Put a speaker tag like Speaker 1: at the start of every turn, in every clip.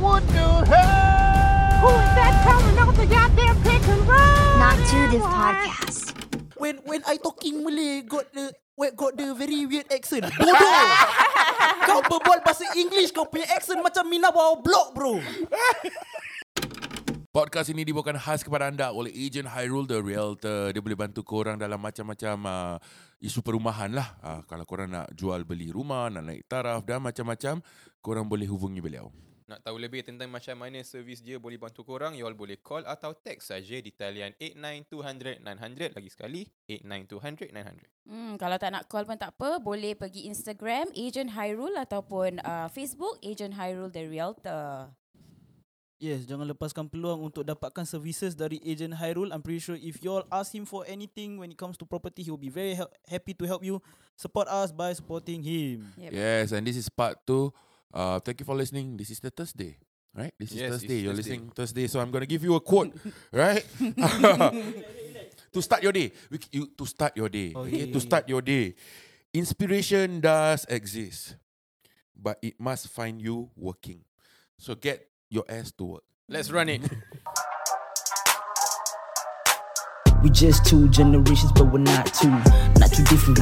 Speaker 1: would do hey!
Speaker 2: Who is that coming out the goddamn pick and roll?
Speaker 3: Not to this podcast.
Speaker 4: When when I talking Malay got the wait, got the very weird accent. Bodoh. kau berbual bahasa English kau punya accent macam Mina bawa blok bro.
Speaker 5: Podcast ini dibawakan khas kepada anda oleh Ejen Hyrule The Realtor. Dia boleh bantu korang dalam macam-macam uh, isu perumahan lah. Uh, kalau korang nak jual beli rumah, nak naik taraf dan macam-macam, korang boleh hubungi beliau.
Speaker 6: Nak tahu lebih tentang macam mana servis dia boleh bantu korang, you all boleh call atau text saja di talian 89200-900. Lagi sekali, 89200-900.
Speaker 7: Hmm, kalau tak nak call pun tak apa, boleh pergi Instagram Agent Hairul ataupun uh, Facebook Agent Hairul the Realtor.
Speaker 4: Yes, jangan lepaskan peluang untuk dapatkan services dari Agent Hairul. I'm pretty sure if you all ask him for anything when it comes to property, he will be very hel- happy to help you. Support us by supporting him.
Speaker 7: Yep.
Speaker 5: Yes, and this is part two. Uh, thank you for listening. This is the Thursday, right? This is
Speaker 6: Yes, it's
Speaker 5: Thursday. You're
Speaker 6: Thursday.
Speaker 5: listening Thursday, so I'm gonna give you a quote, right? to start your day, we, c- you, to start your day,
Speaker 4: Oh,
Speaker 5: okay?
Speaker 4: yeah,
Speaker 5: to
Speaker 4: yeah,
Speaker 5: start your day, inspiration does exist, but it must find you working. So get your ass to work.
Speaker 6: Let's run it.
Speaker 8: We just two generations, but we're not two. Not too different,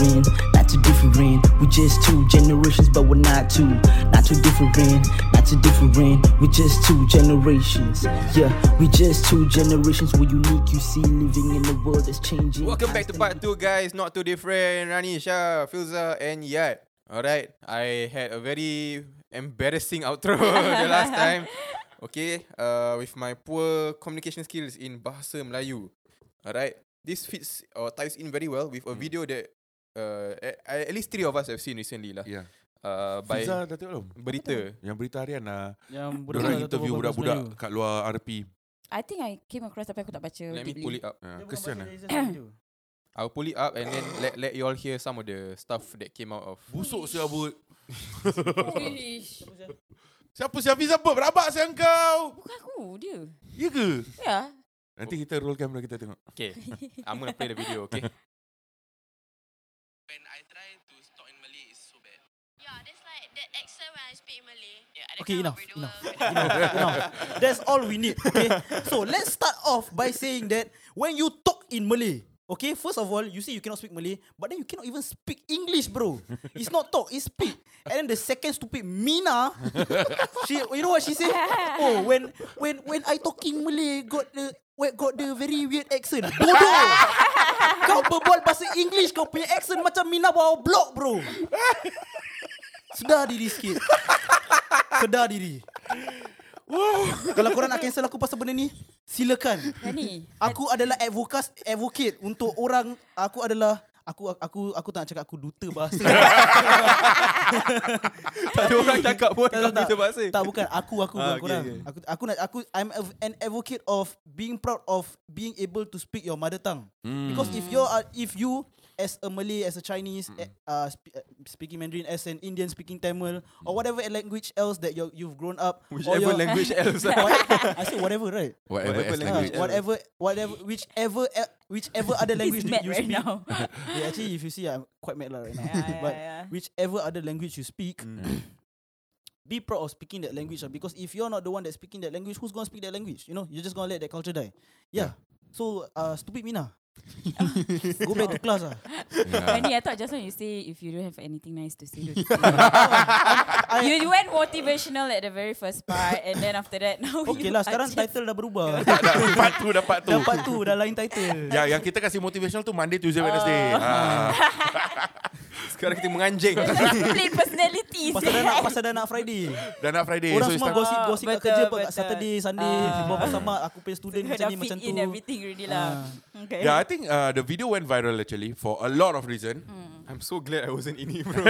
Speaker 8: not too different. We just two generations, but we're not two. Not too different, not too different. We just two generations. Yeah, we just two generations. We're unique, you see, living in a world that's changing.
Speaker 6: Welcome back to part 2 guys. Not too different. Rani, Shah, Filza and Yat. Alright, I had a very embarrassing outro the last time. Okay, uh, with my poor communication skills in Bahasa Melayu. Alright, this fits or ties in very well with a video that uh, at, at least three of us have seen recently lah.
Speaker 5: Yeah.
Speaker 6: Uh, by
Speaker 5: Fiza dah tengok belum?
Speaker 6: berita.
Speaker 5: Yang berita harian lah.
Speaker 4: Yang
Speaker 5: Diorang
Speaker 4: tu
Speaker 5: interview
Speaker 4: berbual bahasa
Speaker 5: budak-budak
Speaker 4: Melayu.
Speaker 5: kat luar RP.
Speaker 7: I think I came across tapi aku tak baca.
Speaker 6: Let me
Speaker 7: deeply.
Speaker 6: pull it up.
Speaker 5: Uh,
Speaker 4: Dia bukan bahasa
Speaker 5: kesian lah.
Speaker 4: Melayu, Melayu.
Speaker 6: I'll pull it up and then let let you all hear some of the stuff that came out of.
Speaker 5: Busuk siapa buat.
Speaker 7: Ish.
Speaker 5: Siapa siapa siapa berabak siang kau?
Speaker 7: Bukan aku, dia.
Speaker 5: Ya ke?
Speaker 7: Ya. Yeah.
Speaker 5: Nanti kita roll camera kita tengok.
Speaker 6: Okay, I'm gonna play the video. Okay.
Speaker 9: when I try to talk in Malay is so bad. Yeah, that's like that accent when I speak in Malay. Yeah, that
Speaker 4: Okay,
Speaker 9: kind of
Speaker 4: enough,
Speaker 9: berdua.
Speaker 4: enough. enough, enough. That's all we need. Okay. So let's start off by saying that when you talk in Malay, okay, first of all, you say you cannot speak Malay, but then you cannot even speak English, bro. It's not talk, it's speak. And then the second stupid Mina, she, you know what she said? Oh, when when when I talking Malay, got the wait, got the very weird accent. Bodoh. kau berbual bahasa English, kau punya accent macam Mina bawa blok, bro. Sedar diri sikit. Sedar diri. Kalau korang nak cancel aku pasal benda ni, silakan.
Speaker 7: Rani.
Speaker 4: Aku adalah advokas advocate untuk orang aku adalah aku aku aku tak nak cakap aku duta bahasa.
Speaker 6: Tak ada orang cakap pun
Speaker 4: tak, tak, tak. tak bukan aku aku bukan
Speaker 6: Ah,
Speaker 4: okay,
Speaker 6: okay,
Speaker 4: korang.
Speaker 6: okay.
Speaker 4: Aku aku nak aku I'm a, an advocate of being proud of being able to speak your mother tongue. Mm. Because
Speaker 6: Hmm.
Speaker 4: if you are if you as a Malay as a Chinese eh, uh, spe- uh, speaking Mandarin as an Indian speaking Tamil or whatever language else that you you've grown up or
Speaker 6: Hmm. Whichever
Speaker 4: your-
Speaker 6: language else.
Speaker 4: I say whatever right?
Speaker 5: Whatever, lah.
Speaker 6: Whatever
Speaker 5: as
Speaker 4: Ah,
Speaker 5: language.
Speaker 6: language.
Speaker 4: whatever, whatever, whichever, e- whichever other language
Speaker 7: He's
Speaker 4: you
Speaker 7: mad
Speaker 4: you
Speaker 7: right
Speaker 4: speak.
Speaker 7: now.
Speaker 4: Yeah, actually, if you see, I'm quite mad lah right now.
Speaker 7: Yeah,
Speaker 4: but
Speaker 7: yeah, yeah.
Speaker 4: whichever other language you speak, be proud of speaking that language. ah, Because if you're not the one that's speaking that language, who's gonna speak that language? You know, you're just gonna let that culture die. Yeah. So, uh, stupid Mina, go back to class. Ah,
Speaker 7: Rani, I thought just now you say if you don't have anything nice to say, don't say. you, you went motivational at the very first part and then after that now
Speaker 4: Okay
Speaker 7: you
Speaker 4: lah,
Speaker 7: are
Speaker 4: sekarang
Speaker 7: just-
Speaker 4: title dah berubah.
Speaker 5: Dapat tu, dapat tu.
Speaker 4: Dapat tu, dah lain title.
Speaker 5: Ya, yang kita kasih motivational tu Monday, Tuesday, Wednesday. Ah.
Speaker 6: Sekarang kita menganjing.
Speaker 7: split personalities.
Speaker 4: Pasal dah nak, pasal dah nak Friday.
Speaker 5: Dan nak Friday.
Speaker 4: Orang
Speaker 5: so it's
Speaker 4: semua
Speaker 5: time-
Speaker 4: gosip gosip kat
Speaker 7: betul,
Speaker 4: kerja apa kat
Speaker 7: betul.
Speaker 4: Saturday, Sunday,
Speaker 7: Ah.
Speaker 4: buat bersama aku punya student
Speaker 7: Dah
Speaker 4: macam ni
Speaker 7: fit
Speaker 4: macam tu. Ah. Ya.
Speaker 7: in everything already lah. Okay.
Speaker 4: eh.
Speaker 5: Yeah, I think uh, the video went viral actually for a lot of reason.
Speaker 6: I'm so glad I wasn't in it, bro.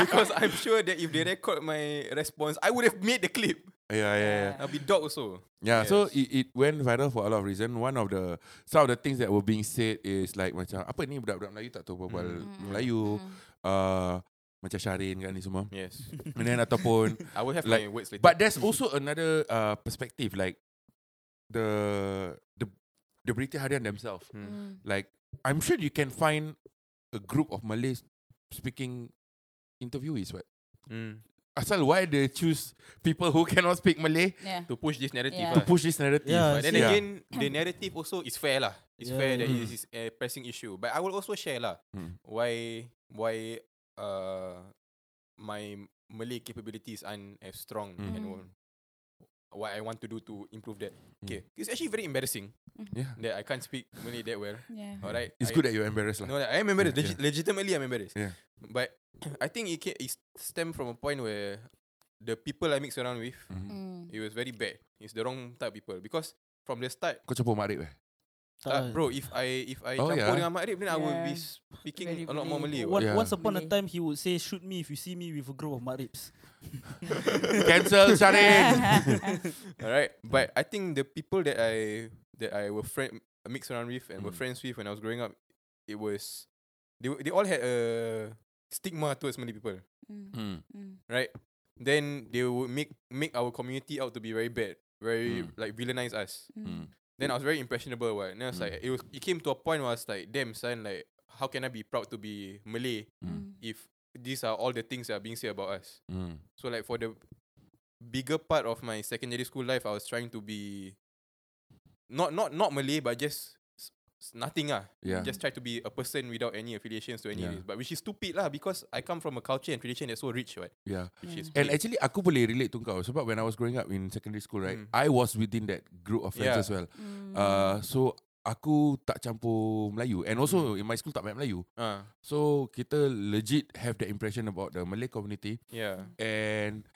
Speaker 6: Because I'm sure that if they record my response, I would have made the clip.
Speaker 5: Yeah, yeah, yeah.
Speaker 6: I'll be dog also.
Speaker 5: Yeah, so it, it went viral for a lot of reason. One of the some of the things that were being said is like macam apa ni budak-budak Melayu tak tahu berbual
Speaker 7: Mm.
Speaker 5: Melayu, uh, macam Syarin kan ni semua.
Speaker 6: Yes.
Speaker 5: And then ataupun
Speaker 6: I will have
Speaker 5: Like,
Speaker 6: my words later.
Speaker 5: But there's also another uh, perspective, like the the the British Harian themselves.
Speaker 6: Hmm.
Speaker 7: mm.
Speaker 5: Like I'm sure you can find a group of Malays speaking interviewees, right?
Speaker 6: Mm.
Speaker 5: Asal why they choose people who cannot speak Malay
Speaker 7: Yeah.
Speaker 6: to push this narrative.
Speaker 7: Yeah.
Speaker 5: to
Speaker 6: lah.
Speaker 5: push this narrative?
Speaker 10: Yeah,
Speaker 6: But then
Speaker 5: Yeah.
Speaker 6: again, the narrative also is fair lah. It's
Speaker 10: Yeah,
Speaker 6: fair that
Speaker 5: yeah.
Speaker 6: it is a pressing issue. But I will also share lah
Speaker 5: Mm.
Speaker 6: why why uh my Malay capabilities aren't as strong
Speaker 5: Mm.
Speaker 6: and
Speaker 7: Mm.
Speaker 6: what- what I want to do to improve that.
Speaker 5: Mm.
Speaker 6: Okay, it's actually very embarrassing
Speaker 5: yeah.
Speaker 6: that I can't speak Malay that well.
Speaker 7: Yeah.
Speaker 6: Alright,
Speaker 5: It's
Speaker 6: I-
Speaker 5: good that you're embarrassed lah.
Speaker 6: No, like, I am embarrassed.
Speaker 5: Yeah,
Speaker 6: Legi- Legitimately, I'm embarrassed.
Speaker 5: Yeah.
Speaker 6: But I think it, ca- it stemmed from a point where the people I mix around with,
Speaker 5: Mhm.
Speaker 7: Mm.
Speaker 6: it was very bad. It's the wrong type of people because from the start,
Speaker 5: Kau campur marik eh?
Speaker 6: uh, bro, if I if I
Speaker 5: Oh,
Speaker 6: campur
Speaker 5: yeah.
Speaker 6: dengan Makrib, then I will be
Speaker 7: Oh. Yeah.
Speaker 6: speaking
Speaker 7: Very
Speaker 6: a lot more Malay.
Speaker 7: Malay.
Speaker 6: What?
Speaker 10: One,
Speaker 5: Yeah.
Speaker 10: Once upon a
Speaker 7: Malay.
Speaker 10: time, he would say, "Shoot me if you see me with a group of maribs."
Speaker 5: Cancel
Speaker 7: Mm.
Speaker 6: Mm.
Speaker 5: Sharin.
Speaker 6: Alright, but I think the people that I that I were friend mixed around with and were
Speaker 5: Mm.
Speaker 6: friends with when I was growing up, it was they were- they all had a stigma towards Malay people.
Speaker 7: Mm,
Speaker 5: Mm.
Speaker 7: mm.
Speaker 6: right? Then they would make make our community out to be very bad, very
Speaker 5: Mm.
Speaker 6: like villainize us.
Speaker 5: Mm.
Speaker 6: Then I was very impressionable, what? And I was
Speaker 5: Mm.
Speaker 6: like, it was it came to a point where I was like, damn son, like how can I be proud to be Malay
Speaker 5: Mm.
Speaker 6: if these are all the things that are being said about us?
Speaker 5: Mm.
Speaker 6: So like for the bigger part of my secondary school life, I was trying to be not not not Malay, but just s- s- nothing ah.
Speaker 5: Yeah.
Speaker 6: Just try to be a person without any affiliations to any
Speaker 5: Yeah.
Speaker 6: of this. But which is stupid lah because I come from a culture and tradition that's so rich, right?
Speaker 5: Yeah.
Speaker 6: Which is
Speaker 5: And
Speaker 6: plain.
Speaker 5: actually aku boleh relate to kau sebab when I was growing up in secondary school right,
Speaker 6: Mm.
Speaker 5: I was within that group of friends
Speaker 6: Yeah.
Speaker 5: as well.
Speaker 7: Mm.
Speaker 5: Uh, so aku tak campur Melayu and also
Speaker 6: Mm.
Speaker 5: in my school tak banyak Melayu.
Speaker 6: Ah,
Speaker 5: So kita legit have the impression about the Malay community
Speaker 6: yeah.
Speaker 5: and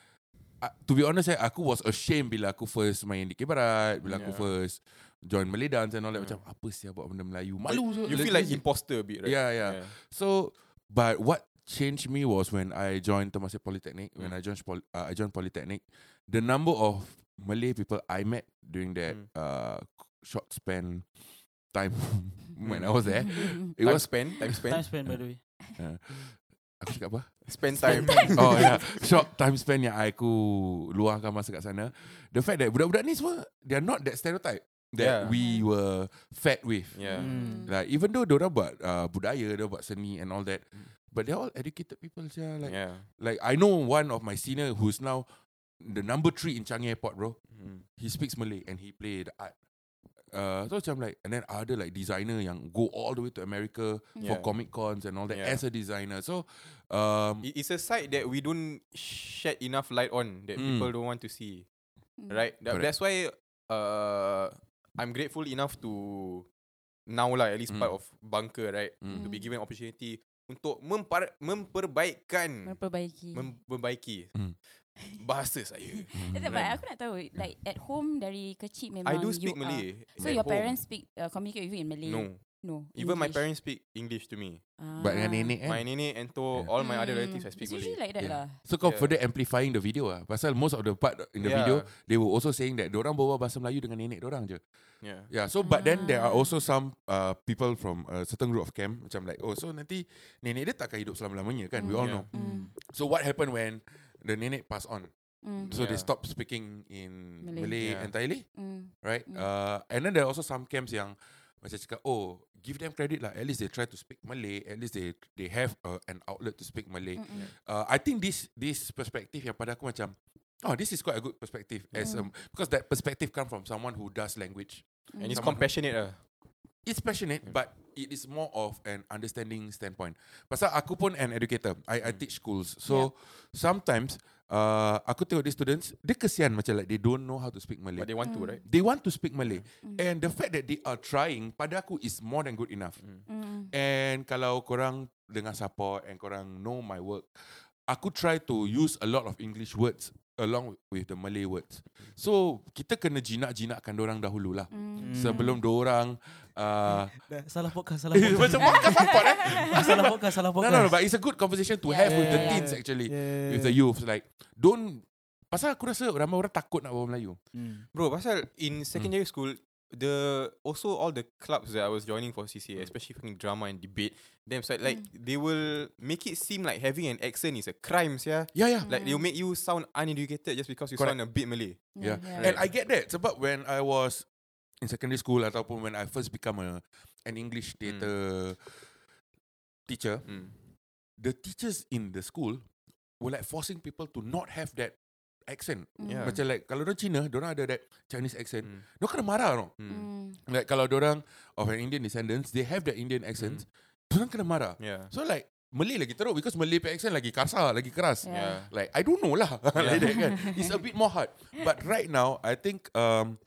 Speaker 5: uh, to be honest eh, aku was ashamed bila aku first main di Barat, bila aku
Speaker 6: Yeah.
Speaker 5: first join Malay dance and all that macam
Speaker 6: Yeah.
Speaker 5: apa sih buat benda Melayu. Malu
Speaker 6: You feel like imposter a bit, right?
Speaker 5: Yeah, yeah. So, but what changed me was when I joined Temasek Polytechnic. When I
Speaker 6: Mm.
Speaker 5: joined Poly, uh, I joined Polytechnic, the number of Malay people I met during that
Speaker 6: Mm.
Speaker 5: uh, short span time when I
Speaker 6: Mm.
Speaker 5: was there, it
Speaker 6: time
Speaker 5: was
Speaker 6: spend, time spend,
Speaker 10: Time spent, by the way.
Speaker 5: aku cakap apa?
Speaker 6: spend time.
Speaker 5: oh yeah, short time span yang aku luahkan masa kat sana. The fact that budak-budak ni semua they are not that stereotype that
Speaker 6: Yeah.
Speaker 5: we were fed with.
Speaker 6: yeah.
Speaker 10: Mm.
Speaker 5: Like even though dia buat uh, budaya, dia buat seni and all that,
Speaker 6: Mm.
Speaker 5: but they're all educated people yeah. Like
Speaker 6: yeah.
Speaker 5: Like I know one of my senior who's now the number three in Changi Airport, bro.
Speaker 6: Mm.
Speaker 5: He speaks Malay and he play the art. Uh, so macam like and then other like designer yang go all the way to America for
Speaker 6: Yeah.
Speaker 5: comic cons and all that
Speaker 6: Yeah.
Speaker 5: as a designer. So um,
Speaker 6: It- It's a side that we don't shed enough light on that
Speaker 5: Mm.
Speaker 6: people don't want to see,
Speaker 7: Mm.
Speaker 6: right? Tha-
Speaker 5: Correct.
Speaker 6: That's why uh, I'm grateful enough to now lah at least
Speaker 5: Mm.
Speaker 6: part of bunker, right?
Speaker 5: Mm.
Speaker 6: To be
Speaker 7: Mm.
Speaker 6: given opportunity untuk mempar- memperbaikan,
Speaker 7: Memperbaiki.
Speaker 6: memperbaiki
Speaker 5: Mm.
Speaker 6: bahasa saya.
Speaker 7: Eh, But aku nak tahu, like at home dari kecil memang
Speaker 6: I do
Speaker 7: you
Speaker 6: speak
Speaker 7: are-
Speaker 6: Malay.
Speaker 7: So
Speaker 6: at
Speaker 7: your
Speaker 6: home.
Speaker 7: parents speak, uh, communicate with you in Malay?
Speaker 6: No,
Speaker 7: No.
Speaker 6: even my
Speaker 7: English.
Speaker 6: parents speak English to me.
Speaker 7: Ah.
Speaker 5: but dengan nenek eh.
Speaker 6: My nenek and to
Speaker 5: Yeah.
Speaker 6: all my other
Speaker 7: Mm.
Speaker 6: relatives I speak
Speaker 7: It's usually
Speaker 6: Malay.
Speaker 7: like that
Speaker 5: Yeah.
Speaker 7: lah.
Speaker 5: So kau
Speaker 6: Yeah.
Speaker 5: further amplifying the video ah. Pasal most of the part in the
Speaker 6: Yeah.
Speaker 5: video they were also saying that orang bawa bahasa Melayu dengan nenek orang je.
Speaker 6: Yeah.
Speaker 5: Yeah, so but then there are
Speaker 7: Ah.
Speaker 5: also some uh, people from a certain group of camp macam like oh so nanti nenek dia takkan hidup selama-lamanya kan. We all
Speaker 6: Yeah.
Speaker 5: know.
Speaker 7: Mm.
Speaker 5: So what happened when the nenek passed on?
Speaker 7: Mm.
Speaker 5: So they
Speaker 6: Yeah.
Speaker 5: stopped speaking in Malay,
Speaker 7: Malay.
Speaker 6: Yeah.
Speaker 5: entirely,
Speaker 7: Mm.
Speaker 5: right?
Speaker 7: Mm.
Speaker 5: Uh, and then there are also some camps yang macam cakap, oh, give them credit lah. At least they try to speak Malay. At least they they have uh, an outlet to speak Malay.
Speaker 7: Mm-mm.
Speaker 5: Uh, I think this this perspective yang pada aku macam, oh, this is quite a good perspective as um,
Speaker 7: Mm.
Speaker 5: because that perspective come from someone who does language.
Speaker 6: And
Speaker 7: Mm.
Speaker 6: it's
Speaker 5: Someone-
Speaker 6: compassionate lah.
Speaker 5: It's passionate,
Speaker 6: Yeah.
Speaker 5: but it is more of an understanding standpoint. Pasal aku pun an educator. I, I
Speaker 6: Hmm.
Speaker 5: teach schools. So sometimes uh, aku tengok these students, dia kesian macam like they don't know how to speak Malay.
Speaker 6: But they
Speaker 7: Mm.
Speaker 6: want to, right?
Speaker 5: They want to speak Malay. And the fact that they are trying, pada aku is more than good enough.
Speaker 7: Mm.
Speaker 5: And kalau korang dengar support and korang know my work, aku try to use a lot of English words along with the Malay words. So, kita kena jinak-jinakkan dorang dahulu lah.
Speaker 6: Hmm.
Speaker 7: Mm.
Speaker 5: Sebelum dorang uh,
Speaker 10: Dah, Salah podcast, salah
Speaker 5: eh,
Speaker 10: podcast,
Speaker 5: Macam podcast support eh
Speaker 10: salah podcast, salah
Speaker 5: No
Speaker 10: podcast.
Speaker 5: no no But it's a good conversation to have With the
Speaker 10: yeah,
Speaker 5: teens actually With the youth Like Don't Pasal aku rasa Ramai orang takut nak bawa Melayu
Speaker 10: Mm.
Speaker 6: Bro, pasal
Speaker 5: Hmm.
Speaker 6: in secondary school, the also all the clubs that I was joining for CCA,
Speaker 5: Hmm.
Speaker 6: especially fucking drama and debate, them so like
Speaker 10: Hmm.
Speaker 6: they will make it seem like having an accent is a crime, yeah.
Speaker 5: Yeah yeah
Speaker 6: Like
Speaker 10: Hmm.
Speaker 6: they'll make you sound uneducated just because you
Speaker 5: Correct.
Speaker 6: sound a bit Malay.
Speaker 5: Yeah.
Speaker 7: Yeah.
Speaker 5: And I get that sebab when I was in secondary school ataupun when I first become a an English theatre teacher,
Speaker 6: Mm.
Speaker 5: Hmm. the teachers in the school we're like forcing people to not have that accent.
Speaker 7: Mm.
Speaker 6: Yeah.
Speaker 5: Macam like kalau orang Cina, orang ada that Chinese
Speaker 6: Hmm.
Speaker 5: accent. Mm. Mereka kena marah tau.
Speaker 10: Hmm.
Speaker 6: Mm.
Speaker 5: Like kalau orang of an Indian descendants, they have that Indian accent. Mm. Orang kena marah.
Speaker 6: Mm-hmm. Yeah.
Speaker 5: So like Malay lagi teruk because Malay punya accent lagi kasar, lagi keras.
Speaker 6: Yeah.
Speaker 5: Like I don't know lah like that kan. It's a bit more hard. But right now I think um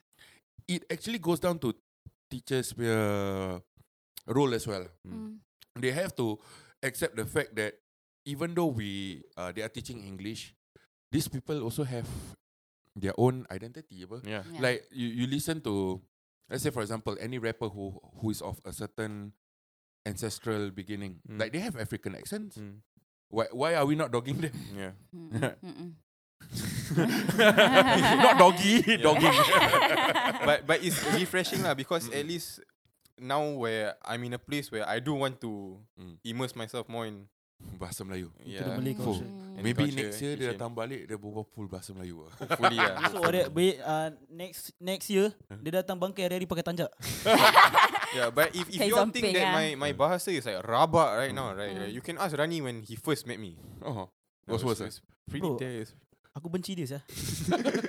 Speaker 5: it actually goes down to teachers punya role as well.
Speaker 6: Mm.
Speaker 7: Mm.
Speaker 5: They have to accept the fact that even though we uh, they are teaching English, these people also have their own identity apa.
Speaker 6: Yeah.
Speaker 7: Yeah.
Speaker 5: Like you, you listen to let's say for example any rapper who who is of a certain ancestral beginning.
Speaker 6: Mm.
Speaker 5: Like they have African accents.
Speaker 6: Mm.
Speaker 5: Why why are we not dogging them?
Speaker 6: Yeah.
Speaker 7: Mm-mm.
Speaker 5: not doggy, dogging.
Speaker 6: but but it's refreshing lah because at least now where I'm in a place where I do want to
Speaker 5: Mm.
Speaker 6: immerse myself more in
Speaker 5: Bahasa Melayu.
Speaker 10: the
Speaker 6: yeah,
Speaker 10: Malay
Speaker 5: Full.
Speaker 10: culture.
Speaker 6: and
Speaker 5: Maybe
Speaker 6: culture
Speaker 5: next year dia
Speaker 6: education.
Speaker 5: datang balik dia berbual full bahasa Melayu. ah.
Speaker 6: Hopefully yeah.
Speaker 10: So ada baik uh, next next year dia datang bangkai hari-hari pakai tanjak.
Speaker 6: yeah, but if, if you
Speaker 7: Case
Speaker 6: all
Speaker 7: on
Speaker 6: think
Speaker 7: pink,
Speaker 6: that
Speaker 7: ah. Mm.
Speaker 6: my, my bahasa is like rabak right now, right? right, You can ask Rani when he first met me.
Speaker 5: Oh. What's
Speaker 6: That was-
Speaker 5: worse? ah?
Speaker 6: was Pretty
Speaker 10: Bro.
Speaker 6: terrible.
Speaker 10: Aku benci dia sah.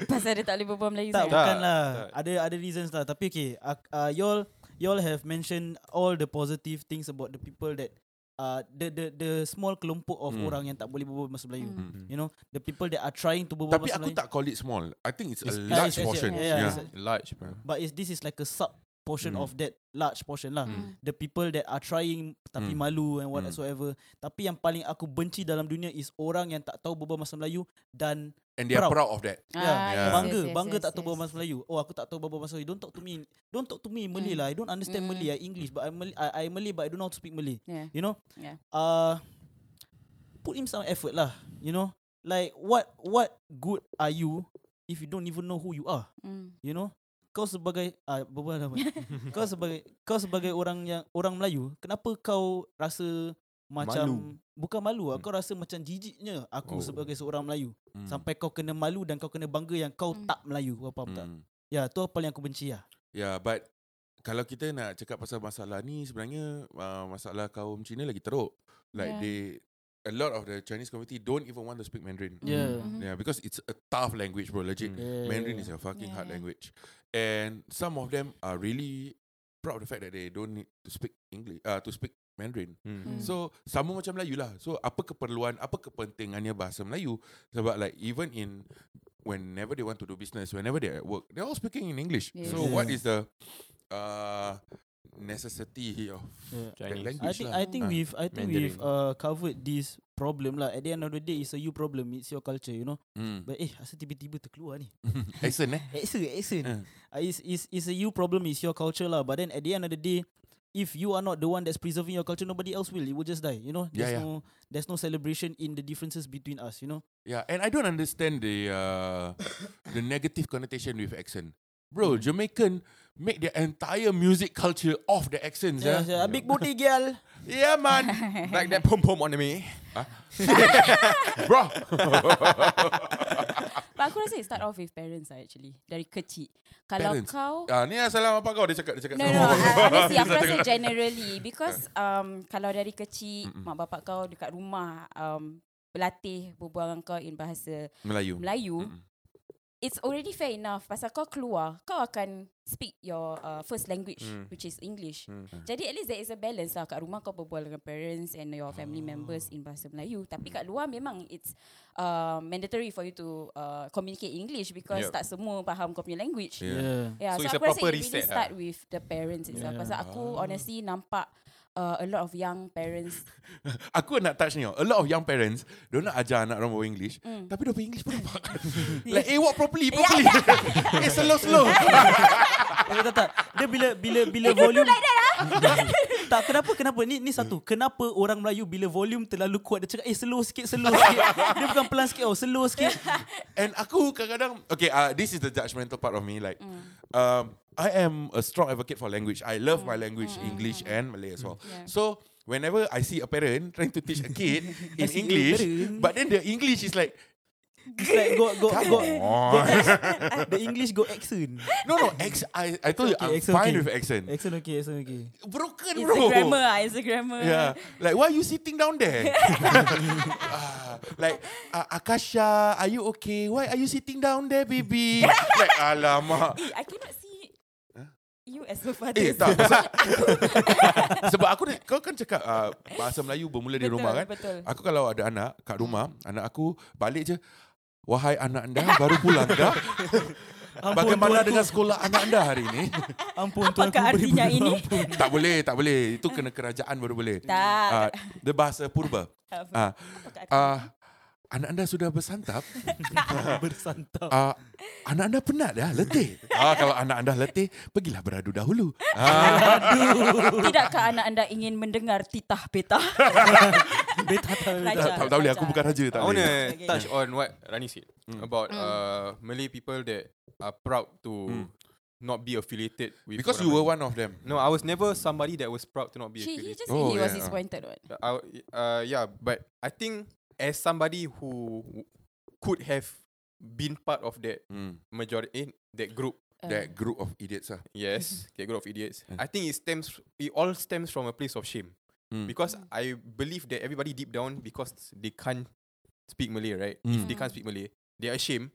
Speaker 7: Pasal dia tak boleh berbual Melayu
Speaker 10: Tak,
Speaker 7: sangat.
Speaker 10: bukan lah.
Speaker 6: tak.
Speaker 10: Ada ada reasons lah. Tapi okay, uh, uh, y'all y'all have mentioned all the positive things about the people that uh, the the the small kelompok of
Speaker 5: Hmm.
Speaker 10: orang yang tak boleh berbual bahasa Melayu.
Speaker 5: Hmm.
Speaker 10: You know, the people that are trying to berbual
Speaker 5: Tapi
Speaker 10: bahasa
Speaker 5: aku
Speaker 10: Melayu.
Speaker 5: tak call it small. I think it's,
Speaker 6: It's-
Speaker 5: a
Speaker 6: Yeah,
Speaker 5: large
Speaker 10: it's- it's-
Speaker 5: portion.
Speaker 10: yeah,
Speaker 5: yeah.
Speaker 10: it's-
Speaker 6: Large, bro.
Speaker 10: But is this is like a sub portion
Speaker 5: Hmm.
Speaker 10: of that large portion lah.
Speaker 5: Hmm.
Speaker 10: The people that are trying tapi
Speaker 5: Hmm.
Speaker 10: malu and
Speaker 5: Hmm.
Speaker 10: whatsoever. Tapi yang paling aku benci dalam dunia is orang yang tak tahu berbual bahasa Melayu dan
Speaker 5: And they are
Speaker 10: Proud.
Speaker 5: proud of that.
Speaker 7: Ah,
Speaker 10: Yeah.
Speaker 5: Yes,
Speaker 10: bangga bangga tak tahu berbual bahasa Melayu. Oh aku tak tahu berbual bahasa Melayu. Don't talk to me. Don't talk to me in
Speaker 5: Hmm.
Speaker 10: Malay
Speaker 7: Mm.
Speaker 10: lah. I don't understand
Speaker 7: Mm.
Speaker 10: Malay. I English but I Malay, I, I Malay but I don't know how to speak Malay.
Speaker 7: Yeah.
Speaker 10: You know?
Speaker 7: Yeah.
Speaker 10: Uh put in some effort lah, you know? Like what what good are you if you don't even know who you are?
Speaker 7: Mm.
Speaker 10: You know? Kau sebagai ah berbual apa? kau sebagai kau sebagai orang yang orang Melayu, kenapa kau rasa macam bukan malu, lah, kau rasa macam jijiknya aku
Speaker 5: Hmm. Oh.
Speaker 10: sebagai seorang Melayu.
Speaker 5: Mm.
Speaker 10: Sampai kau kena malu dan kau kena bangga yang kau
Speaker 7: Mm.
Speaker 10: tak Melayu. Kau faham tak?
Speaker 5: Mm.
Speaker 10: Ya, tu apa yang aku benci lah.
Speaker 5: Yeah, Ya, but kalau kita nak cakap pasal masalah ni sebenarnya uh, masalah kaum Cina lagi teruk. Like
Speaker 7: Yeah.
Speaker 5: they a lot of the Chinese community don't even want to speak Mandarin.
Speaker 10: Yeah.
Speaker 7: Mhm.
Speaker 5: Yeah, because it's a tough language, bro. Legit.
Speaker 6: Mm.
Speaker 10: Yeah.
Speaker 5: Mandarin is a fucking hard
Speaker 7: Yeah.
Speaker 5: language. And some of them are really proud of the fact that they don't need to speak English, uh, to speak Mandarin.
Speaker 6: hmm,
Speaker 7: Mm.
Speaker 5: So, sama macam Melayu lah. So, apa keperluan, apa kepentingannya bahasa Melayu? Sebab like even in whenever they want to do business, whenever they're at work, they're all speaking in English.
Speaker 7: Yes.
Speaker 5: So,
Speaker 10: Yeah.
Speaker 5: what is the uh, necessity of
Speaker 10: Yeah.
Speaker 5: that
Speaker 6: Chinese.
Speaker 10: I
Speaker 5: language
Speaker 10: think
Speaker 5: lah?
Speaker 10: I think
Speaker 5: Ah.
Speaker 10: we've I think
Speaker 6: Mandarin.
Speaker 10: we've uh, covered this problem lah. At the end of the day, it's a you problem. It's your culture, you know.
Speaker 5: Mm.
Speaker 10: But eh, asal tiba-tiba terkeluar ni.
Speaker 5: Accent eh?
Speaker 10: Accent, accent.
Speaker 5: Ah.
Speaker 10: Uh, it's, it's, it's a you problem. It's your culture lah. But then at the end of the day, if you are not the one that's preserving your culture, nobody else will. It will just die. You know,
Speaker 5: Yeah,
Speaker 10: there's
Speaker 5: yeah.
Speaker 10: no there's no celebration in the differences between us. You know.
Speaker 5: Yeah, and I don't understand the uh, the negative connotation with accent. Bro, Jamaican make their entire music culture off the accents.
Speaker 10: Yeah,
Speaker 5: Yeah,
Speaker 10: yeah. "Ah, Big booty girl.
Speaker 5: yeah man.
Speaker 6: Like that pom pom on me.
Speaker 5: Bro.
Speaker 7: But aku rasa it start off with parents lah actually. Dari kecil. Kalau
Speaker 5: Parents?
Speaker 7: kau...
Speaker 5: Ah, ni lah salam apa kau dia cakap dia cakap
Speaker 7: No,
Speaker 5: sama
Speaker 7: no,
Speaker 5: kau.
Speaker 7: I- honestly aku rasa generally because um, kalau dari kecil mak bapak kau dekat rumah um, berlatih berbual dengan kau in bahasa
Speaker 5: Melayu.
Speaker 7: Melayu, it's already fair enough pasal kau keluar kau akan speak your uh, first language
Speaker 5: Hmm.
Speaker 6: Mm.
Speaker 7: which is English.
Speaker 5: Mm.
Speaker 7: Jadi at least there is a balance lah kat rumah kau berbual dengan parents and your family
Speaker 5: Ah.
Speaker 7: members in bahasa Melayu tapi kat luar memang it's uh, mandatory for you to uh, communicate in English because
Speaker 6: Yep.
Speaker 7: tak semua faham kau punya language.
Speaker 5: Yeah.
Speaker 10: Yeah.
Speaker 7: Yeah,
Speaker 6: So
Speaker 7: so,
Speaker 6: it's a
Speaker 7: aku rasa
Speaker 6: proper
Speaker 7: it really
Speaker 6: reset lah.
Speaker 7: start with the parents itself.
Speaker 10: Yeah.
Speaker 7: Pasal aku
Speaker 5: Ah.
Speaker 7: honestly nampak uh, a lot of young parents.
Speaker 5: Aku nak touch ni. tau. A lot of young parents, dia nak ajar anak orang berbual English,
Speaker 7: Mm.
Speaker 5: tapi dia English pun nampak. like, eh, walk properly, properly. eh, slow, slow.
Speaker 10: Eh, tak tak. Dia bila bila bila volume like that, ah. tak kenapa kenapa ni ni satu kenapa orang Melayu bila volume terlalu kuat dia cakap eh slow sikit slow sikit dia bukan pelan sikit oh slow sikit
Speaker 5: And aku kadang-kadang Okay uh, This is the judgmental part of me Like
Speaker 10: Mm.
Speaker 5: um, I am a strong advocate for language I love
Speaker 10: Mm.
Speaker 5: my language English and Malay as well
Speaker 7: Yeah.
Speaker 5: So Whenever I see a parent Trying to teach a kid In English
Speaker 10: parent.
Speaker 5: But then the English is like
Speaker 10: It's like got got got, got
Speaker 5: on.
Speaker 10: ex- the English got accent.
Speaker 5: No, no, ex- I, I told you, I'm
Speaker 10: Okay, accent,
Speaker 5: fine
Speaker 10: okay. uh,
Speaker 5: with accent.
Speaker 10: Accent okay, accent okay.
Speaker 5: Broken,
Speaker 7: It's
Speaker 5: bro.
Speaker 7: a grammar ah, It's a grammar
Speaker 5: Yeah, like why are you sitting down there? Ah, like uh, Akasha, are you okay? Why are you sitting down there, baby? like alamak.
Speaker 7: Eh, I cannot see You as a father
Speaker 5: Eh tak pasal Sebab aku ni- Kau kan cakap uh, Bahasa Melayu bermula di
Speaker 7: Betul,
Speaker 5: rumah kan
Speaker 7: betul.
Speaker 5: Aku kalau ada anak Kat rumah Anak aku balik je Wahai anak anda Baru pulang dah Bagaimana
Speaker 10: tuanku.
Speaker 5: dengan sekolah anak anda hari ini
Speaker 10: Ampun tuan
Speaker 7: Apakah artinya ini?
Speaker 5: Tak boleh Tak boleh Itu kena kerajaan baru boleh
Speaker 7: Tak.
Speaker 5: Ah, Dia bahasa purba
Speaker 7: Apa-
Speaker 5: Ah,
Speaker 7: apakah artinya?
Speaker 5: ah, Anak anda sudah bersantap
Speaker 10: Bersantap.
Speaker 5: Ah, anak anda penat dah, letih. Ah, kalau anak anda letih, pergilah beradu dahulu. Ah,
Speaker 7: Tidakkah anak anda ingin mendengar titah petah?
Speaker 10: Beta tak
Speaker 5: tak, tak, tak boleh, aku bukan raja. Tak
Speaker 6: I want to
Speaker 5: boleh. Mm.
Speaker 7: Okay. Mm.
Speaker 6: touch on what Rani said about uh, Malay people that are proud to not be affiliated
Speaker 5: Mm.
Speaker 6: with.
Speaker 5: Because you
Speaker 6: orang
Speaker 5: were
Speaker 6: Melayu.
Speaker 5: one of them.
Speaker 6: No, I was never somebody that was proud to not be
Speaker 7: She,
Speaker 6: affiliated.
Speaker 7: he just
Speaker 5: Oh,
Speaker 7: oh, he was
Speaker 5: yeah.
Speaker 7: disappointed. What?
Speaker 6: I, w- uh, yeah, but I think as somebody who w- could have been part of that
Speaker 5: Mm.
Speaker 6: majority, eh, that group,
Speaker 7: Uh,
Speaker 5: That group of idiots lah.
Speaker 6: yes, that group of idiots,
Speaker 5: Mm.
Speaker 6: I think it stems, it all stems from a place of shame.
Speaker 5: Mm.
Speaker 6: Because I believe that everybody deep down, because they can't speak Malay, right? If they
Speaker 5: Hmm.
Speaker 6: can't speak Malay, they are ashamed.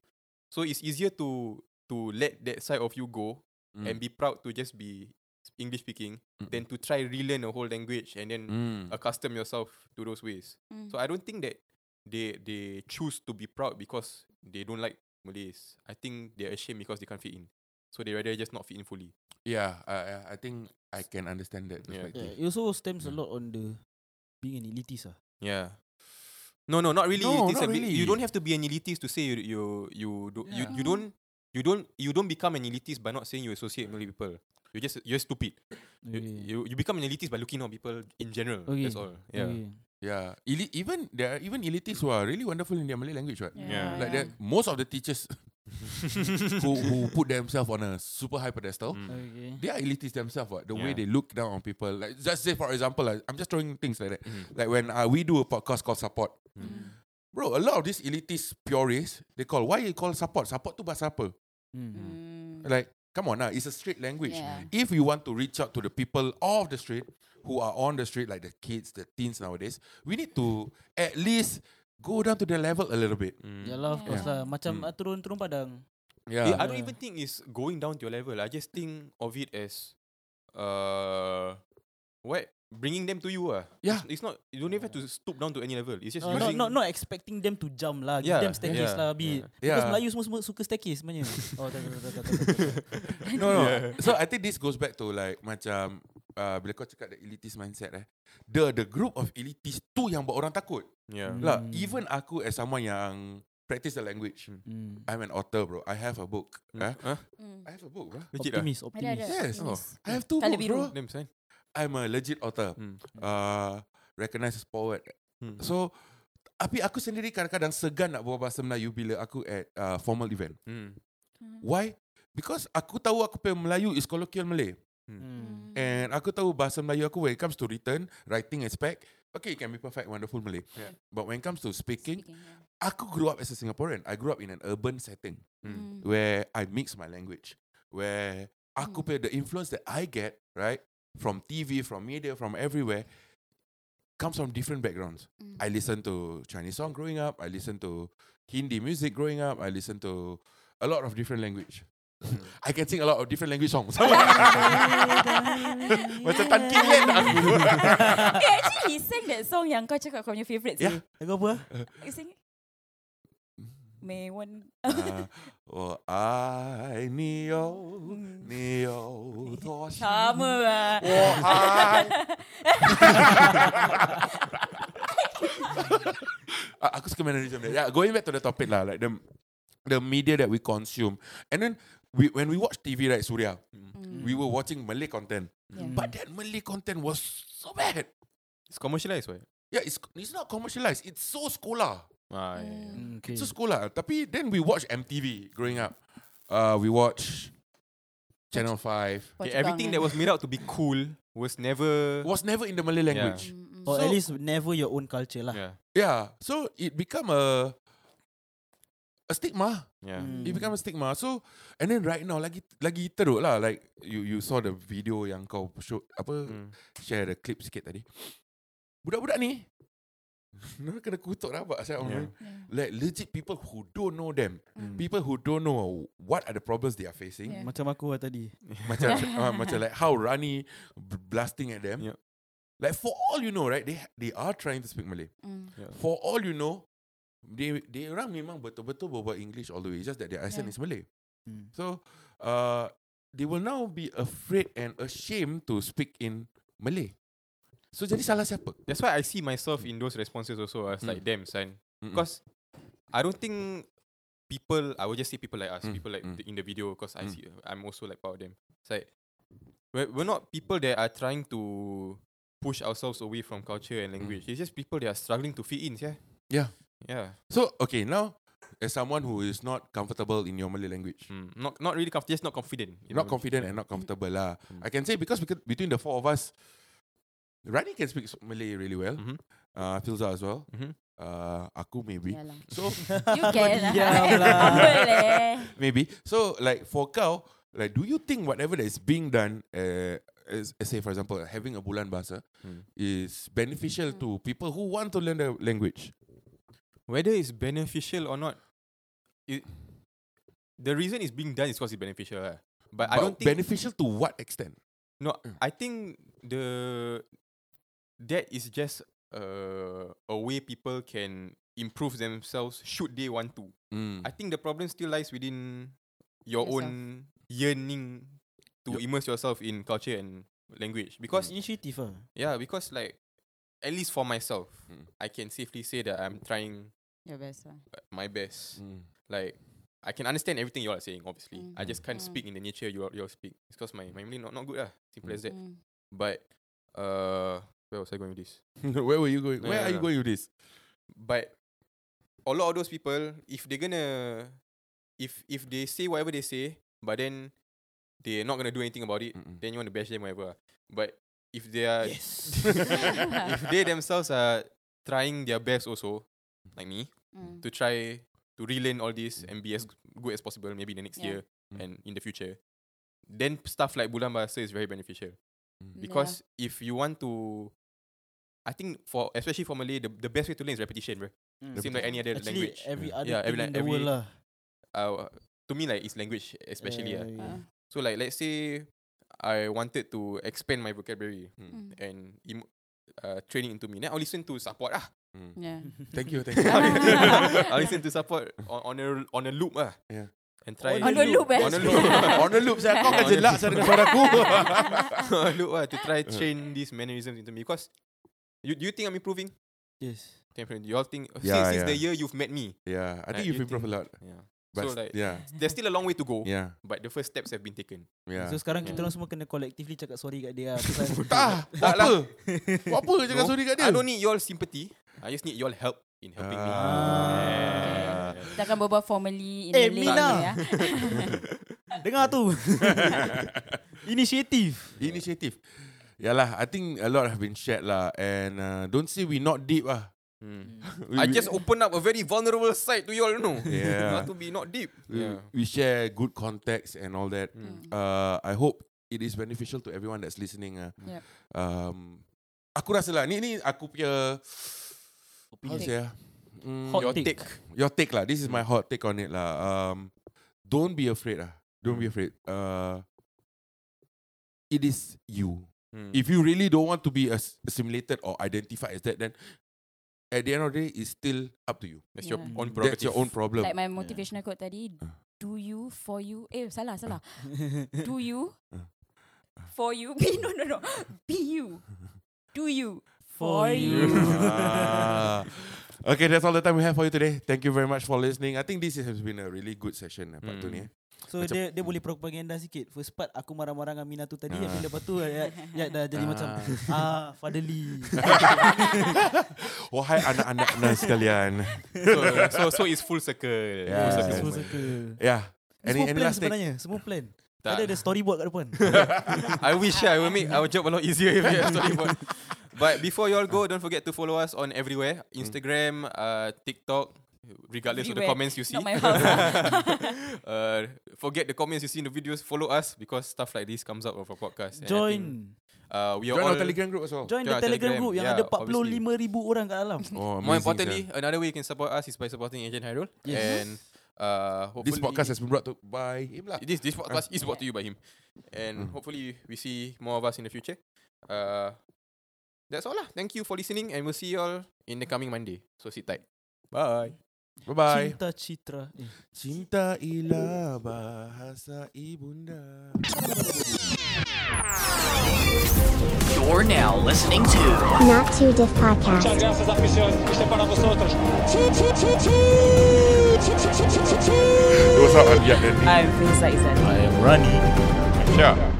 Speaker 6: So it's easier to to let that side of you go
Speaker 5: Mm.
Speaker 6: and be proud to just be English speaking
Speaker 5: Mm.
Speaker 6: than to try relearn a whole language and then
Speaker 5: Mm.
Speaker 6: accustom yourself to those ways.
Speaker 7: Mm.
Speaker 6: So I don't think that they they choose to be proud because they don't like Malays. I think they're ashamed because they can't fit in. So they rather just not fit in fully.
Speaker 5: Yeah, I- I, I think I can understand that
Speaker 6: Yeah.
Speaker 5: perspective.
Speaker 10: Yeah, it also stems a lot on the being an elitist ah.
Speaker 6: Yeah. No, no, not really.
Speaker 5: No,
Speaker 6: elitist.
Speaker 5: not
Speaker 6: A bit-
Speaker 5: really.
Speaker 6: You don't have to be an elitist to say you you you do, you, you don't you don't you don't become an elitist by not saying you associate Malay people. You just you're stupid. You,
Speaker 10: Okay.
Speaker 6: you you become an elitist by looking on people in general.
Speaker 10: Okay.
Speaker 6: That's all. Yeah.
Speaker 10: Okay.
Speaker 5: Yeah, Eli- even there are even elitists who are really wonderful in their Malay language, right?
Speaker 7: Yeah.
Speaker 5: Like
Speaker 7: Yeah.
Speaker 5: that, most of the teachers who, who put themselves on a super high
Speaker 6: Mm.
Speaker 5: pedestal,
Speaker 10: Okay.
Speaker 5: they are elitist themselves. What the way
Speaker 6: Yeah.
Speaker 5: they look down on people. Like just say for example, like, I'm just throwing things like
Speaker 6: Mm.
Speaker 5: that. Like when uh, we do a podcast called Support, bro, a lot of these elitist purists they call why you call support support tu bahasa apa?
Speaker 10: Mm.
Speaker 7: Mm.
Speaker 5: Like come on, now it's a straight language.
Speaker 7: Yeah.
Speaker 5: If you want to reach out to the people of the street who are on the street, like the kids, the teens nowadays, we need to at least go down to their level a little bit.
Speaker 6: Mm.
Speaker 10: Yalah of course lah Macam
Speaker 5: Mm.
Speaker 10: ah, turun-turun padang
Speaker 6: Yeah,
Speaker 5: Yeah.
Speaker 6: I don't even think it's going down to your level. I just think of it as, uh, what bringing them to you. Uh.
Speaker 5: Yeah.
Speaker 6: it's, it's not. You don't even have to stoop down to any level. It's just
Speaker 10: No, not,
Speaker 6: using.
Speaker 10: Uh, not, not expecting them to jump lah Give
Speaker 6: Yeah,
Speaker 10: them staircase
Speaker 6: yeah,
Speaker 10: lah a bit
Speaker 6: yeah.
Speaker 10: Because
Speaker 5: Yeah.
Speaker 10: Melayu semua, semua suka staircase sebenarnya Oh tak tak tak tak, tak, tak, tak.
Speaker 5: No, no. So I think this goes back to like macam uh, bila kau cakap the elitist mindset eh. The the group of elitist tu yang buat orang takut.
Speaker 6: Yeah.
Speaker 5: Lah,
Speaker 10: Mm.
Speaker 5: even aku as someone yang practice the language.
Speaker 10: Mm.
Speaker 5: I'm an author, bro. I have a book. Eh?
Speaker 6: Huh?
Speaker 7: Mm.
Speaker 5: I have a book, bro.
Speaker 6: Legit ah. lah.
Speaker 10: Optimis
Speaker 7: Ada ada.
Speaker 10: Optimis
Speaker 5: Yes.
Speaker 7: Oh.
Speaker 5: I have two
Speaker 7: Colour
Speaker 5: books,
Speaker 7: biru.
Speaker 5: bro.
Speaker 6: Damn son.
Speaker 5: I'm a legit author.
Speaker 6: Mm.
Speaker 5: Uh, recognized as poet.
Speaker 6: Mm.
Speaker 5: So, tapi aku sendiri kadang-kadang segan nak buat bahasa Melayu bila aku at uh, formal event.
Speaker 6: Mm.
Speaker 5: Why? Because aku tahu aku punya Melayu is colloquial Malay.
Speaker 7: Hmm.
Speaker 10: Mm.
Speaker 5: And aku tahu bahasa Melayu aku when it comes to written, writing aspect, okay, it can be perfect, wonderful Malay.
Speaker 6: Yeah.
Speaker 5: But when it comes to speaking,
Speaker 7: Speaking, yeah.
Speaker 5: aku grew up as a Singaporean. I grew up in an urban setting
Speaker 7: Mm.
Speaker 5: where I mix my language, where aku pay the influence that I get, right, from TV, from media, from everywhere, comes from different backgrounds.
Speaker 7: Mm.
Speaker 5: I listened to Chinese song growing up. I listened to Hindi music growing up. I listened to a lot of different language. I can sing a lot of different language songs. Macam Tan Kim Yen lah. tak aku.
Speaker 7: Eh, actually he sang that song yang kau cakap kau punya favourite
Speaker 5: Yeah. Hmm.
Speaker 7: yeah.
Speaker 10: Kau apa?
Speaker 7: sih. You sing it? May one
Speaker 5: Ah, oh, I neo,
Speaker 7: Mm.
Speaker 5: neo, tosh.
Speaker 7: sama lah.
Speaker 5: Oh, I. Ah, aku suka mannerism dia. Yeah, going back to the topic lah, like the the media that we consume, and then we when we watch TV right, Surya, we were watching Malay content,
Speaker 7: Mm. Yeah.
Speaker 5: but that Malay content was so bad.
Speaker 6: It's commercialized, right?
Speaker 5: Yeah, it's it's not commercialized. It's so sekolah.
Speaker 6: Ah, yeah, yeah.
Speaker 10: Mm, Okay
Speaker 5: It's so sekolah. Tapi then we watch MTV growing up. Uh, we watch Channel 5.
Speaker 7: Kau
Speaker 6: Okay,
Speaker 7: cakap
Speaker 6: everything
Speaker 7: dengan-
Speaker 6: that was made out to be cool was never.
Speaker 5: It was never in the Malay language.
Speaker 7: Mm, mm.
Speaker 10: Or at
Speaker 5: So-
Speaker 10: least never your own culture lah
Speaker 6: Yeah.
Speaker 5: Yeah. So it become a a stigma.
Speaker 6: Yeah.
Speaker 5: It become a stigma. So and then right now lagi lagi teruk lah. Like you you saw the video yang kau show apa
Speaker 6: Mm.
Speaker 5: share the clip sikit tadi. Budak-budak ni Mereka kena kutuk rabak saya
Speaker 6: Yeah. Mm. Hmm.
Speaker 5: yeah. Like legit people who don't know them People who don't know What are the problems they are facing
Speaker 7: Yeah.
Speaker 10: Macam aku lah tadi.
Speaker 5: Macam uh, Macam like how Rani b- Blasting at them
Speaker 6: Yeah.
Speaker 5: Like for all you know right They they are trying to speak Malay
Speaker 7: Mm.
Speaker 5: For all you know, they they orang memang betul-betul berbual English all the way. It's just that their accent
Speaker 7: Yeah.
Speaker 5: is Malay.
Speaker 10: Hmm.
Speaker 5: So, uh, they will now be afraid and ashamed to speak in Malay. So jadi salah siapa?
Speaker 6: That's why I see myself in those responses also.
Speaker 5: Mm.
Speaker 6: As like, damn, son. Because I don't think people, I will just say people like us,
Speaker 5: Mm,
Speaker 6: people like
Speaker 5: mm.
Speaker 6: the, in the video, because I
Speaker 5: Mm.
Speaker 6: see, I'm also like part of them. It's like, we're, we're not people that are trying to push ourselves away from culture and language. It's just people that are struggling to fit in, yeah?
Speaker 5: Mm. Yeah.
Speaker 6: Yeah.
Speaker 5: So okay now, as someone who is not comfortable in your Malay language,
Speaker 6: Mm. Not not really confident, just not confident. you
Speaker 5: not
Speaker 6: know?
Speaker 5: confident and not comfortable lah. I can say because, because between the four of us, Rani can speak Malay really well.
Speaker 6: Mhm.
Speaker 5: Uh, Filza as well.
Speaker 6: Mhm.
Speaker 5: Uh, aku maybe.
Speaker 7: Yalah.
Speaker 5: So
Speaker 7: You can lah.
Speaker 10: diam
Speaker 7: Eh,
Speaker 10: lah.
Speaker 7: boleh.
Speaker 5: maybe. So like for kau, like do you think whatever that is being done, uh, as, as say for example having a bulan bahasa,
Speaker 6: Hmm.
Speaker 5: is beneficial to people who want to learn the language?
Speaker 6: Whether it's beneficial or not, it, the reason it's being done is because it's beneficial. lah. But, I
Speaker 5: But
Speaker 6: don't think
Speaker 5: beneficial to what extent?
Speaker 6: No,
Speaker 5: Mm.
Speaker 6: I think the that is just uh, a way people can improve themselves should they want to.
Speaker 5: Mm.
Speaker 6: Mm. I think the problem still lies within your
Speaker 7: Yourself.
Speaker 6: own yearning to immerse yourself in culture and language.
Speaker 10: Cause
Speaker 6: Because
Speaker 5: Mm.
Speaker 10: initiative lah.
Speaker 6: yeah, because like at least for myself,
Speaker 5: Mm.
Speaker 6: I can safely say that I'm trying
Speaker 7: Your best lah.
Speaker 6: uh, my best.
Speaker 5: Mm.
Speaker 6: Like I can understand everything you all are saying, obviously. I just can't
Speaker 7: Mm.
Speaker 6: speak in the nature you all, you all speak. It's because my, my Malay not, not good lah. Simple as that.
Speaker 7: Mm.
Speaker 6: But uh, where was I going with this?
Speaker 5: Where were you going?
Speaker 6: Mm. No,
Speaker 5: Where
Speaker 6: no,
Speaker 5: are you
Speaker 6: no.
Speaker 5: going with this?
Speaker 6: But a lot of those people, if they're gonna, if if they say whatever they say, but then they're not gonna do anything about it,
Speaker 5: Mm-mm.
Speaker 6: then you want to bash them whatever. ah. But if they are,
Speaker 10: Yes.
Speaker 6: if they themselves are trying their best also, like me,
Speaker 7: Mm.
Speaker 6: to try to relearn all this and be as good as possible, maybe in the next year
Speaker 7: Yeah.
Speaker 5: Mm.
Speaker 6: and in the future, then stuff like Bulan Bahasa is very beneficial.
Speaker 5: Mm.
Speaker 6: Because if you want to, I think for especially for Malay, the, the best way to learn is repetition, bro.
Speaker 10: Mm.
Speaker 6: Same like any other
Speaker 10: Actually, eh,
Speaker 6: language.
Speaker 10: every
Speaker 5: Yeah.
Speaker 10: other
Speaker 6: Yeah, every
Speaker 10: thing in
Speaker 6: like-
Speaker 10: the
Speaker 6: every-
Speaker 10: world lah.
Speaker 6: Uh, to me, like it's language especially.
Speaker 10: Yeah,
Speaker 6: ah.
Speaker 7: Yeah.
Speaker 10: yeah.
Speaker 6: So like let's say I wanted to expand my vocabulary hmm,
Speaker 7: Mm.
Speaker 6: and im- uh, training into me. Then I'll listen to support ah.
Speaker 5: Mm.
Speaker 7: Yeah.
Speaker 5: Thank you, thank you.
Speaker 6: I'll listen to support on, on a on a loop ah.
Speaker 5: Yeah.
Speaker 6: And try
Speaker 7: On a loop, eh?
Speaker 6: on a loop
Speaker 5: On the loop saya kau kan jelak saya dengan suara aku.
Speaker 6: on a loop ah to try train these mannerisms into me because you do you think I'm improving?
Speaker 10: Yes.
Speaker 6: Definitely. You all think since,
Speaker 5: Yeah,
Speaker 6: since the
Speaker 5: yeah.
Speaker 6: year you've met me.
Speaker 5: Yeah, I
Speaker 6: Like,
Speaker 5: think
Speaker 6: you
Speaker 5: you've improved a lot.
Speaker 6: Yeah.
Speaker 5: But
Speaker 6: So, like-
Speaker 5: yeah,
Speaker 6: There's still a long way to go,
Speaker 5: yeah,
Speaker 6: but the first steps have been taken.
Speaker 5: yeah.
Speaker 10: So sekarang
Speaker 6: Yeah.
Speaker 10: kita orang semua kena collectively cakap sorry kat dia lah.
Speaker 5: Ah,
Speaker 10: Pasal
Speaker 5: tak, tak
Speaker 6: lah.
Speaker 5: apa. Buat apa cakap
Speaker 6: No,
Speaker 5: sorry kat dia?
Speaker 6: I don't need your sympathy. I just need your help in helping me.
Speaker 5: Ah.
Speaker 7: Kita akan berbual formally in
Speaker 10: Eh,
Speaker 7: Malay
Speaker 10: Mina.
Speaker 7: ni, ya.
Speaker 10: Dengar tu. Inisiatif.
Speaker 5: Initiative. Yalah, I think a lot have been shared lah. And uh, don't say we not deep ah.
Speaker 6: Mm.
Speaker 5: We,
Speaker 6: I
Speaker 5: we-
Speaker 6: just open up a very vulnerable side to you all, you know.
Speaker 5: Yeah.
Speaker 6: Not to be not deep.
Speaker 5: we, we share good context and all that. Uh, I hope it is beneficial to everyone that's listening. ah.
Speaker 7: Yep.
Speaker 5: Um, aku rasa lah, ni ni aku punya how to
Speaker 7: Take.
Speaker 5: say ah? Mm,
Speaker 10: Hot
Speaker 6: Your
Speaker 10: take.
Speaker 6: take.
Speaker 5: your take lah. This is my hot take on it lah. Um, don't be afraid lah. Don't be afraid. Uh, it is you.
Speaker 6: Mm.
Speaker 5: If you really don't want to be as- assimilated or identified as that, then at the end of the day, it's still up to you.
Speaker 6: That's your
Speaker 7: Yeah.
Speaker 6: own prerogative.
Speaker 5: That's your own problem.
Speaker 7: Like my motivational quote tadi, do you for you. Eh, salah, salah. Do you for you. Be, no, no, no. Be you. Do you for you.
Speaker 5: Ah. okay, that's all the time we have for you today. Thank you very much for listening. I think this has been a really good session. eh, Part tu ni.
Speaker 6: Mm.
Speaker 5: eh.
Speaker 10: So
Speaker 5: Macam-
Speaker 10: dia dia boleh propaganda sikit. First part aku marah-marah dengan Mina tu tadi.
Speaker 5: Ah.
Speaker 10: Tapi lepas tu ya, ya dah jadi macam ah fatherly.
Speaker 5: Ah. Wahai anak-anak Nas sekalian.
Speaker 6: so, so, so it's full circle.
Speaker 5: Yeah.
Speaker 6: Full
Speaker 5: Yes.
Speaker 6: circle.
Speaker 10: Semua
Speaker 6: moment.
Speaker 10: suka.
Speaker 5: Yeah.
Speaker 10: Semua
Speaker 5: Any, any
Speaker 10: plan
Speaker 5: last take?
Speaker 10: sebenarnya. Semua plan.
Speaker 6: Tak.
Speaker 10: Ada ada storyboard kat depan.
Speaker 6: I wish I will make our job a lot easier if we have storyboard. But before you all go, don't forget to follow us on everywhere Instagram, uh, TikTok, regardless of the
Speaker 7: Everywhere.
Speaker 6: comments you see.
Speaker 7: Not my house.
Speaker 6: uh, forget the comments you see in the videos. Follow us because stuff like this comes out of our podcast. And I think,
Speaker 10: Join
Speaker 6: Uh, we
Speaker 5: Join
Speaker 6: are all
Speaker 5: our Telegram group as well.
Speaker 10: Join
Speaker 6: Join
Speaker 10: the
Speaker 6: our
Speaker 10: Telegram
Speaker 6: Telegram,
Speaker 10: group Yang
Speaker 6: yeah,
Speaker 10: ada 45,000 orang kat dalam
Speaker 5: Oh,
Speaker 6: More
Speaker 5: amazing,
Speaker 6: importantly, another way you can support us is by supporting Agent Hyrule.
Speaker 10: Yes.
Speaker 6: And uh,
Speaker 5: sir.
Speaker 6: hopefully
Speaker 5: this podcast has been brought to by him lah.
Speaker 6: this this podcast is brought to you by him, and hopefully we see more of us in the future. Uh, that's all lah. Thank you for listening, and we'll see you all in the coming Monday. So sit tight. Bye.
Speaker 5: Bye bye.
Speaker 10: Cinta Citra eh.
Speaker 5: Cinta ialah bahasa ibunda.
Speaker 1: You're now listening to
Speaker 3: Not Too Diff Podcast.
Speaker 5: It was out on yeah,
Speaker 1: I'm Fiza Izadi.
Speaker 5: Sure.